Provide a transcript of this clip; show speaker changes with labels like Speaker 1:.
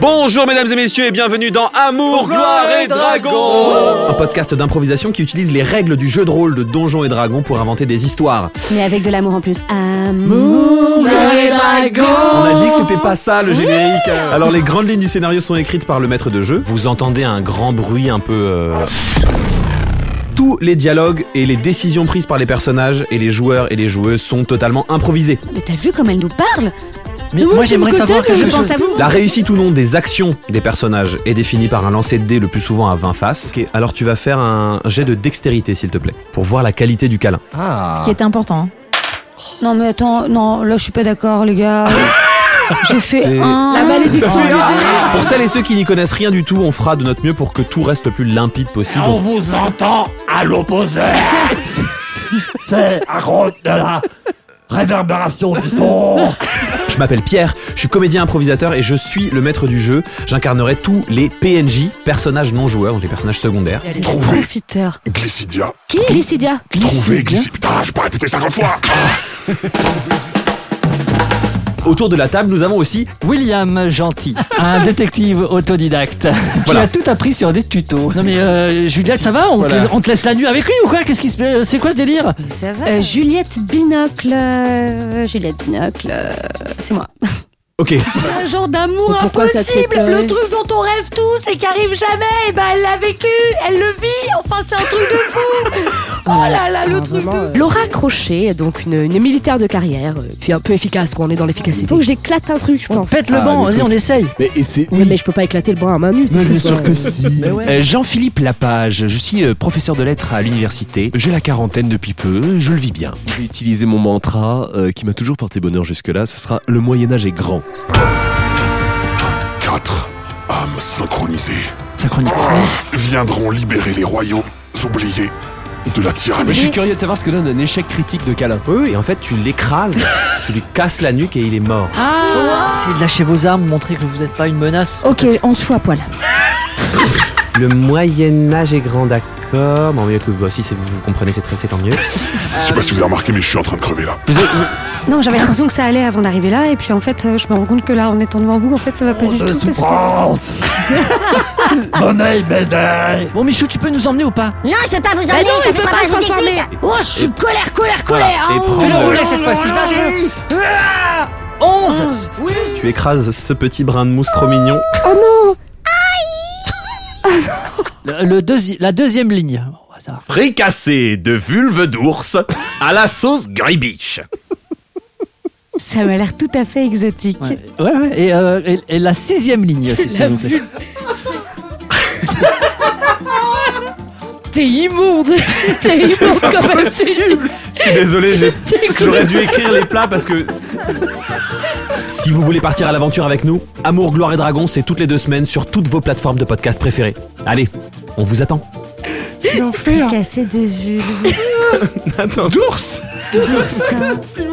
Speaker 1: Bonjour mesdames et messieurs et bienvenue dans Amour, Gloire et Dragon Un podcast d'improvisation qui utilise les règles du jeu de rôle de Donjons et Dragons pour inventer des histoires.
Speaker 2: Mais avec de l'amour en plus. Amour,
Speaker 3: les dragons
Speaker 1: On a dit que c'était pas ça le générique. euh. Alors les grandes lignes du scénario sont écrites par le maître de jeu. Vous entendez un grand bruit un peu... euh, Tous les dialogues et les décisions prises par les personnages et les joueurs et les joueuses sont totalement improvisés.
Speaker 2: Mais t'as vu comme elle nous parle
Speaker 3: Mais
Speaker 2: Nous,
Speaker 3: moi
Speaker 2: qui
Speaker 3: j'aimerais
Speaker 2: nous
Speaker 3: savoir
Speaker 2: cotons,
Speaker 3: que je
Speaker 2: je pense à vous.
Speaker 1: La réussite ou non des actions des personnages est définie par un lancer de dés le plus souvent à 20 faces. Ok, alors tu vas faire un jet de dextérité s'il te plaît, pour voir la qualité du câlin.
Speaker 3: Ah.
Speaker 4: qui est important.
Speaker 2: Non mais attends, non, là je suis pas d'accord les gars. J'ai fait
Speaker 3: T'es-
Speaker 2: un...
Speaker 4: La malédiction.
Speaker 1: Pour celles et ceux qui n'y connaissent rien du tout, on fera de notre mieux pour que tout reste le plus limpide possible.
Speaker 5: On vous entend à l'opposé. C'est à cause de la réverbération du son.
Speaker 1: Je m'appelle Pierre, je suis comédien improvisateur et je suis le maître du jeu. J'incarnerai tous les PNJ, personnages non joueurs, donc les personnages secondaires.
Speaker 2: Elle est
Speaker 5: Trouvé.
Speaker 2: profiteur.
Speaker 5: Glycidia.
Speaker 2: Qui Glycidia.
Speaker 5: Trouver Glycidia. Putain, je pas répéter 50 fois.
Speaker 1: Autour de la table, nous avons aussi
Speaker 3: William Gentil, un détective autodidacte
Speaker 1: Voilà.
Speaker 3: qui a tout appris sur des tutos. Non mais euh, Juliette, ça va on, te
Speaker 1: Voilà.
Speaker 3: laisse- on te laisse la nuit avec lui ou quoi Qu'est-ce qui se euh, C'est quoi ce délire
Speaker 4: Ça va.
Speaker 2: Euh, Juliette Binocle. euh, Juliette Binocle. euh, C'est moi.
Speaker 1: Ok,
Speaker 2: Un genre d'amour
Speaker 4: pourquoi ça te fait
Speaker 2: impossible.
Speaker 4: pleurer
Speaker 2: Le truc dont on rêve tous et qui arrive jamais. Et ben elle l'a vécu. Elle le vit. Enfin c'est un truc de fou. Oh là là, le truc de
Speaker 4: Laura Crochet est donc une, une militaire de carrière, euh, puis un peu efficace, quoi, on est dans l'efficacité.
Speaker 2: Faut que j'éclate un truc, je pense.
Speaker 3: Pète le
Speaker 6: Ah,
Speaker 3: banc,
Speaker 6: mais
Speaker 3: vas-y
Speaker 6: écoute.
Speaker 3: on essaye.
Speaker 6: Mais et c'est
Speaker 4: Ouais, mais je peux pas éclater le bras à main
Speaker 2: hein.
Speaker 4: nue.
Speaker 6: Mais bien sûr que si.
Speaker 3: Mais ouais.
Speaker 6: Euh, Jean-Philippe Lapage, je suis euh, professeur de lettres à l'université. J'ai la quarantaine depuis peu, je le vis bien. J'ai utilisé mon mantra euh, qui m'a toujours porté bonheur jusque-là, ce sera le Moyen Âge est grand.
Speaker 5: Quatre âmes synchronisées
Speaker 3: Synchronique.
Speaker 5: viendront libérer les royaumes oubliés de la
Speaker 6: Mais je suis
Speaker 5: tyrannie.
Speaker 6: curieux de savoir ce que donne un échec critique de câlin.
Speaker 1: oui, oui, en fait tu l'écrases, tu lui casses la nuque et il est mort.
Speaker 3: Essayez de lâcher vos armes, montrer que vous n'êtes pas une menace.
Speaker 4: Ok, on se fout à poil.
Speaker 1: Le Moyen-Âge est grand, d'accord. Bon, mieux que bah, si c'est- vous, vous comprenez, c'est très, c'est tant mieux.
Speaker 5: Je sais pas si vous avez remarqué, mais je suis en train de crever là.
Speaker 2: Non, j'avais l'impression que ça allait avant d'arriver là, et puis en fait, euh, je me rends compte que là, en étant devant vous, en fait, ça va pas du tout. parce que-
Speaker 7: Bah
Speaker 5: France Donnez m'aider
Speaker 3: Bon Michou, tu peux nous emmener ou pas
Speaker 7: Non, je peux pas vous
Speaker 2: Ah
Speaker 7: emmener,
Speaker 4: Bah non,
Speaker 7: t'as
Speaker 4: il
Speaker 7: vu
Speaker 4: peut
Speaker 7: comment
Speaker 4: pas
Speaker 7: je vous
Speaker 4: s'enfermer.
Speaker 7: explique Oh, je suis colère, colère,
Speaker 1: Voilà,
Speaker 7: colère
Speaker 1: et
Speaker 7: hein.
Speaker 1: prends-
Speaker 3: Fais-le
Speaker 1: Euh,
Speaker 3: rouler cette fois-ci, vas-y 11 Ah Oui
Speaker 1: Tu écrases ce petit brin de mousse trop mignon.
Speaker 3: le, le deuxi- La deuxième ligne, au hasard.
Speaker 8: fricassé de vulve d'ours à la sauce gribiche.
Speaker 2: Ça m'a l'air tout à fait exotique.
Speaker 3: Ouais, ouais, ouais. Et, euh, et- et la sixième ligne aussi, s'il vous plaît.
Speaker 4: T'es immonde T'es immonde comme même
Speaker 1: Désolé, j'ai-
Speaker 4: T'es
Speaker 1: j'aurais dû écrire les plats parce que. Si vous voulez partir à l'aventure avec nous, Amour, Gloire et Dragon, c'est toutes les deux semaines sur toutes vos plateformes de podcast préférées. Allez, on vous attend.
Speaker 2: Cassé de vulve.
Speaker 1: Attends, d'ours
Speaker 2: Ça.